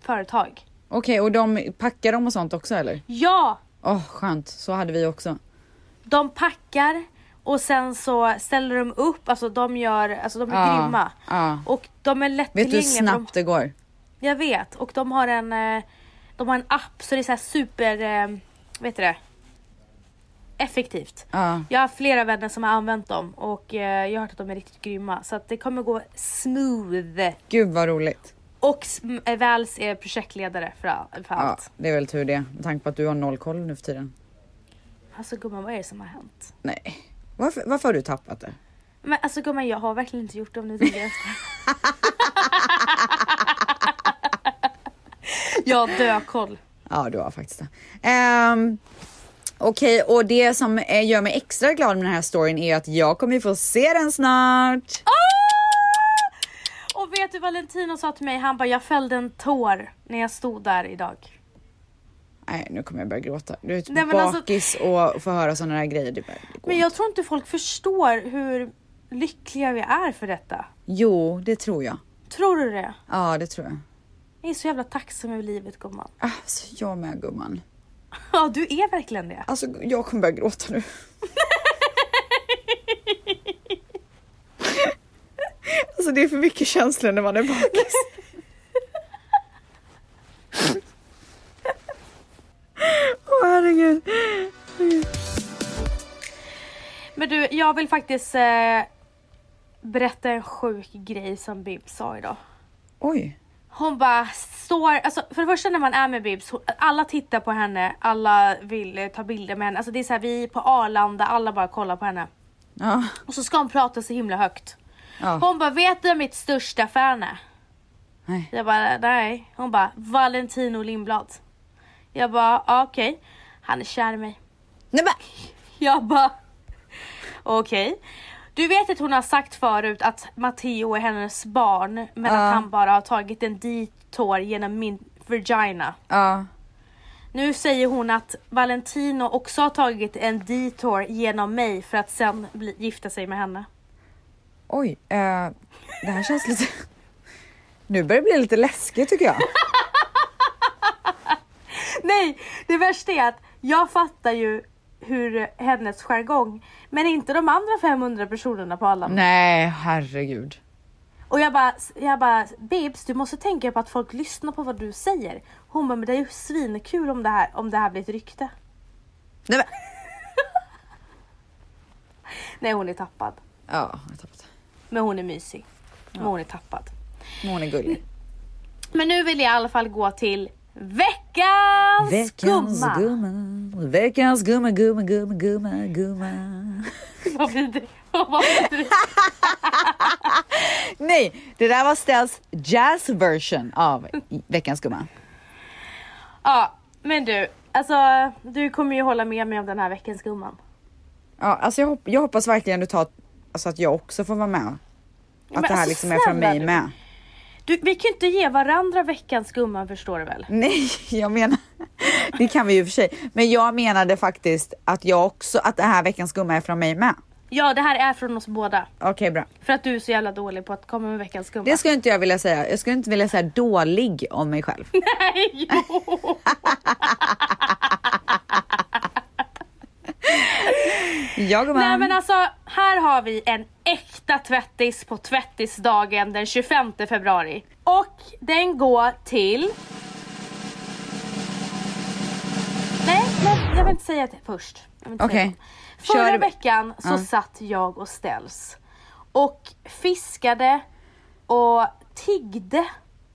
S1: företag.
S2: Okej, och de packar de och sånt också eller?
S1: Ja!
S2: Åh, skönt. Så hade vi också.
S1: De packar och sen så ställer de upp, alltså de gör, alltså de är
S2: Ja,
S1: grymma.
S2: ja.
S1: Och de är
S2: Vet du
S1: lättillgängliga.
S2: hur
S1: för de-
S2: snabbt det går?
S1: Jag vet och de har en eh, De har en app så det är så här super eh, Vet du det? Effektivt.
S2: Ja.
S1: Jag har flera vänner som har använt dem och eh, jag har hört att de är riktigt grymma så att det kommer gå smooth.
S2: Gud vad roligt.
S1: Och sm- eh, Vals är projektledare för, all, för
S2: Ja,
S1: allt.
S2: det är väl tur det. Med tanke på att du har noll koll nu för tiden.
S1: Alltså gumman vad är det som har hänt?
S2: Nej. Varför, varför har du tappat det?
S1: Men alltså gumman jag har verkligen inte gjort det om ni tänker efter. jag dör koll.
S2: Ja, du har faktiskt det. Ehm, Okej, och det som eh, gör mig extra glad med den här storyn är att jag kommer ju få se den snart.
S1: Ah! Och vet vet du Valentino sa till mig, han bara jag fällde en tår när jag stod där idag.
S2: Nej nu kommer jag börja gråta. Du är
S1: Nej, men alltså-
S2: bakis och får höra sådana här grejer. Det är bara, det går
S1: Men jag tror inte folk förstår hur lyckliga vi är för detta.
S2: Jo, det tror jag.
S1: Tror du det?
S2: Ja, det tror jag.
S1: Jag är så jävla tacksam över livet gumman.
S2: Alltså, jag med gumman.
S1: Ja, du är verkligen det.
S2: Alltså, jag kommer börja gråta nu. alltså, det är för mycket känslor när man är bakis. Åh herregud.
S1: Men du, jag vill faktiskt eh, berätta en sjuk grej som Bibs sa idag.
S2: Oj.
S1: Hon bara står, alltså för det första när man är med Bibs, hon- alla tittar på henne, alla vill eh, ta bilder med henne. Alltså det är så här, vi är på Arlanda, alla bara kollar på henne.
S2: Ja.
S1: Och så ska hon prata så himla högt.
S2: ja.
S1: Hon bara, vet du vem mitt största fan är?
S2: Nej.
S1: Jag bara, nej. Hon bara, Valentino Lindblad. Jag bara, ah, okej. Han är kär i mig.
S2: Nej men.
S1: Jag bara, okej. Du vet att hon har sagt förut att Matteo är hennes barn men
S2: Ja.
S1: att han bara har tagit en detour genom min vagina.
S2: Ja.
S1: Nu säger hon att Valentino också har tagit en detour genom mig för att sen bli, gifta sig med henne.
S2: Oj. Eh, det här känns lite. Nu börjar det bli lite läskigt tycker jag.
S1: Nej, det värsta är att jag fattar ju hur hennes jargong, men inte de andra 500 personerna på alla.
S2: Nej, herregud.
S1: Och jag bara, jag bara, Bibs du måste tänka på att folk lyssnar på vad du säger. Hon bara, men det är ju svinkul om det här, om det här blir ett rykte.
S2: Nej men.
S1: Nej, hon är tappad.
S2: Ja, jag har tappat det.
S1: Men hon är mysig. Men hon är tappad.
S2: Men Hon är gullig.
S1: Men nu vill jag i alla fall gå till veckans, gumma.
S2: gumma. Veckans gumma, gumma, gumma, gumma, gumma.
S1: Vad blir det? Vad blir det?
S2: Nej, det där var Stells jazz version av veckans gumma.
S1: Ja, men du, alltså du kommer ju hålla med mig om den här veckans gumman.
S2: Ja, alltså jag, hop- jag hoppas verkligen du tar alltså att jag också får vara med. Att
S1: Men
S2: det här
S1: alltså,
S2: liksom är från
S1: snälla
S2: mig
S1: du.
S2: med.
S1: Du, vi kan ju inte ge varandra veckans gumman förstår du väl?
S2: Nej, jag menar, det kan vi ju i och för sig. Men jag menade faktiskt att jag också, att det här veckans gumma är från mig med.
S1: Ja, det här är från oss båda.
S2: Okej, bra.
S1: För att du är så jävla dålig på att komma med veckans gumma.
S2: Det skulle inte jag vilja säga. Jag skulle inte vilja säga dålig om mig själv.
S1: Nej, jo.
S2: Jag gumman.
S1: Nej men alltså, här har vi en äkta tvättis på tvättisdagen den 25 februari. Och den går till... Nej, nej jag vill inte säga det först. Jag vill inte säga
S2: Okej.
S1: det. Förra
S2: Kör-
S1: veckan så
S2: Ja.
S1: satt jag och ställs och fiskade och tiggde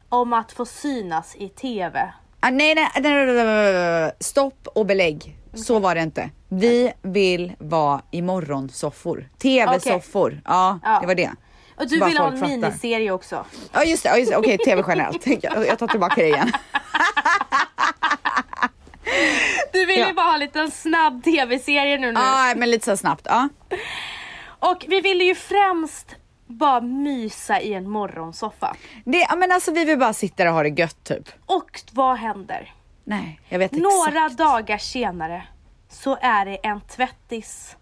S1: om att få synas i TV.
S2: Ah, nej, nej, nej, nej, nej, nej, nej, nej. Stopp och belägg. Så var det inte. Vi vill vara i morgonsoffor. TV-soffor. Ja,
S1: Ja.
S2: det var det.
S1: Och
S2: Så
S1: du
S2: bara
S1: vill ha en
S2: folk fattar.
S1: miniserie också.
S2: Ja, just det. Ja, just det. Okej, TV generellt. Jag jag tar tillbaka det igen.
S1: Du vill
S2: Ja.
S1: ju bara ha en liten snabb TV-serie nu. nu.
S2: Ja, men lite så snabbt. Ja,
S1: Och vi ville ju främst bara mysa i en morgonsoffa.
S2: det, ja, men alltså vi vill bara sitta där och ha det gött typ.
S1: Och vad händer?
S2: Nej, jag vet
S1: Några
S2: exakt.
S1: dagar senare så är det en tvättis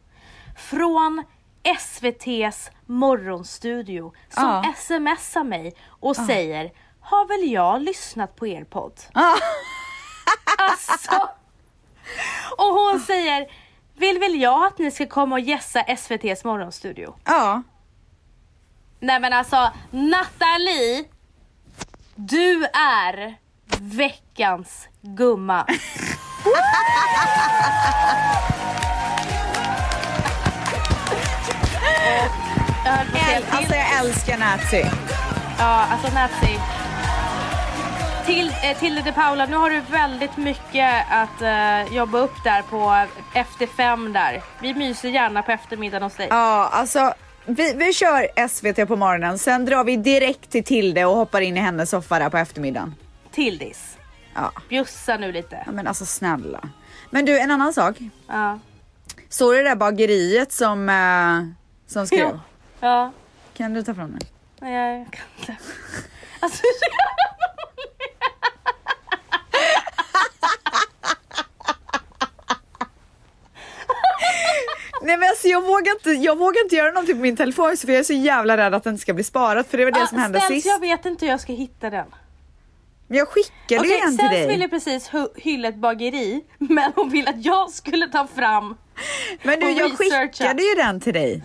S1: från SVTs morgonstudio som
S2: Ja.
S1: smsar mig och säger Har väl jag lyssnat på er podd?
S2: Ja.
S1: Alltså! Och hon säger Vill väl jag att ni ska komma och gässa SVTs morgonstudio?
S2: Ja,
S1: Nej men alltså Nathalie, du är veckans gumma. Jag höll på att säga
S2: Äl- alltså
S1: till-
S2: jag älskar Nazi.
S1: Ja, alltså Nancy. Till, eh, Tilde de Paula, nu har du väldigt mycket att eh, jobba upp där på efter fem där. Vi myser gärna på eftermiddagen hos dig.
S2: Ja, alltså vi, vi kör SVT på morgonen, sen drar vi direkt till Tilde och hoppar in i hennes soffa där på eftermiddagen.
S1: Tildis,
S2: Ja.
S1: bjussa nu lite.
S2: Ja, men alltså snälla. Men du, en annan sak.
S1: Ja.
S2: Såg du det där bageriet som, eh, som skrev?
S1: Ja. ja.
S2: Kan du ta fram det?
S1: Nej, jag kan inte. Alltså så jävla rolig.
S2: Nej men alltså jag vågar inte, jag vågar inte göra någonting på min telefon för jag är så jävla rädd att den ska bli sparad för det var det
S1: Ah,
S2: som hände
S1: ställs,
S2: sist.
S1: Jag vet inte hur jag ska hitta den.
S2: Men jag skickade ju en till
S1: Ställs
S2: dig.
S1: ville precis hu- hylla ett bageri men hon ville att jag skulle ta fram
S2: Men du
S1: och
S2: jag
S1: researcha.
S2: skickade ju den till dig.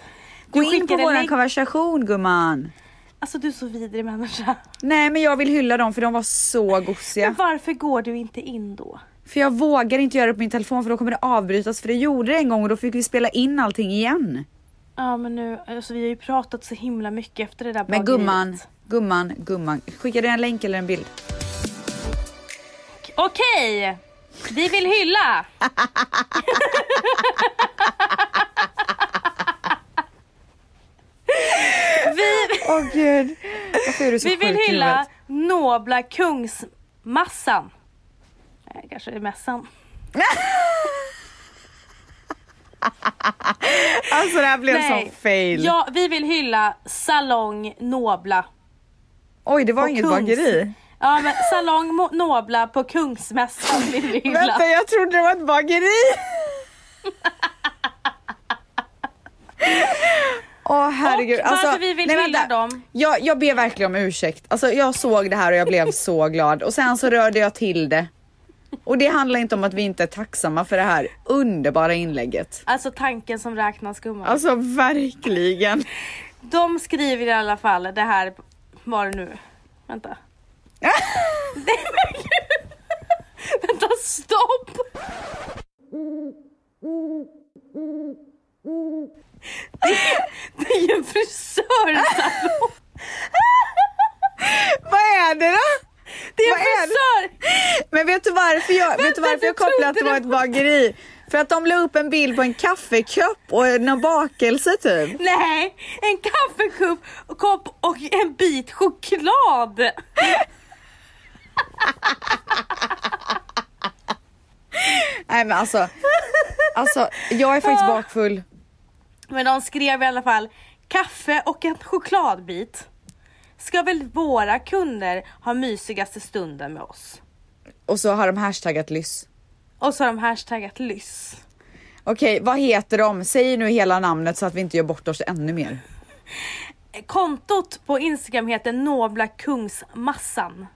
S2: Gå in på
S1: skickade
S2: våran
S1: länk.
S2: konversation gumman.
S1: Alltså du är så vidrig människa.
S2: Nej men jag vill hylla dem för de var så gosiga.
S1: Men varför går du inte in då?
S2: För jag vågar inte göra det på min telefon för då kommer det avbrytas för det gjorde det en gång och då fick vi spela in allting igen.
S1: Ja men nu, alltså vi har ju pratat så himla mycket efter det där
S2: Men
S1: bageriet.
S2: gumman, gumman, gumman. Skickade jag en länk eller en bild?
S1: Okej! Vi vill hylla! vi,
S2: Åh gud. Varför är du så
S1: vi vill
S2: sjuk i
S1: hylla
S2: huvudet?
S1: nobla kungsmassan. Nej, kanske det är mässan.
S2: Alltså det här blev en sån fail.
S1: Ja, vi vill hylla Salong Nobla.
S2: Oj det var
S1: på
S2: inget
S1: Kungs.
S2: bageri.
S1: Ja men Salong Mo- Nobla på Kungsmässan vill vi hylla.
S2: Vänta jag trodde det var ett bageri. Åh herregud. Alltså,
S1: Och varför vi vill hylla dem.
S2: Jag, jag ber verkligen om ursäkt. Alltså jag såg det här och jag blev så glad och sen så rörde jag till det. Och det handlar inte om att vi inte är tacksamma för det här underbara inlägget.
S1: Alltså tanken som räknas gumman.
S2: Alltså verkligen.
S1: De skriver i alla fall det här, var det nu? Vänta. Nej, men gud. Vänta, stopp! Det, det är ju en frisörsalong!
S2: Vad är det då?
S1: Det är en
S2: Vad är det?
S1: frisör!
S2: Men vet du varför jag, vet du
S1: Vänta,
S2: varför jag
S1: jag trodde
S2: kopplade att det
S1: det
S2: var ett bageri? För att de la upp en bild på en kaffekopp och en bakelse typ.
S1: Nej, en kaffekopp kopp och en bit choklad!
S2: Nej men alltså, alltså jag är faktiskt bakfull.
S1: Men de skrev i alla fall kaffe och en chokladbit. Ska väl våra kunder ha mysigaste stunden med oss?
S2: Och så har de hashtaggat lyss.
S1: Och så har de hashtaggat lyss.
S2: Okej, vad heter de? Säg nu hela namnet så att vi inte gör bort oss ännu mer.
S1: Kontot på Instagram heter Nobla Kungsmassan.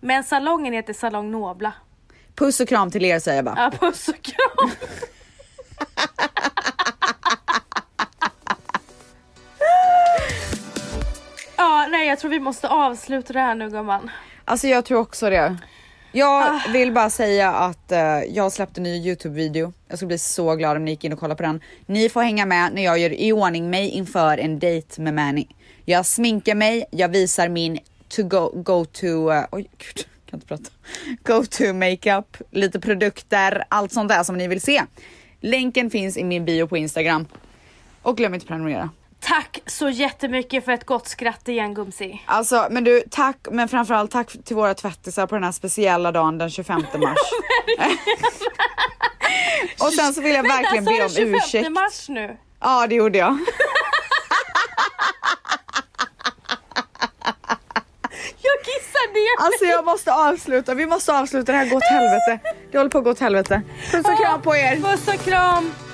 S1: Men salongen heter Salong Nobla.
S2: Puss och kram till er säger jag bara.
S1: Ja, puss och kram. ja, nej jag tror vi måste avsluta det här nu gumman.
S2: Alltså jag tror också det. Jag vill bara säga att eh, jag släppte en ny Youtube-video. Jag skulle bli så glad om ni gick in och kollade på den. Ni får hänga med när jag gör i ordning mig inför en dejt med Manny. Jag sminkar mig, jag visar min to go, go to, eh, oj gud, jag kan inte prata. Go to makeup, lite produkter, allt sånt där som ni vill se. Länken finns i min bio på Instagram. Och glöm inte prenumerera.
S1: Tack så jättemycket för ett gott skratt igen Gumsi.
S2: Alltså men du tack men framförallt tack till våra tvättisar på den här speciella dagen den 25 mars. och sen så vill jag verkligen
S1: Vänta,
S2: be
S1: sa du
S2: om ursäkt.
S1: mars nu?
S2: Ja det gjorde jag.
S1: Jag kissar ner
S2: Alltså jag måste avsluta, vi måste avsluta det här går åt helvete. Det håller på att gå åt helvete. Puss och kram på er.
S1: Puss och kram!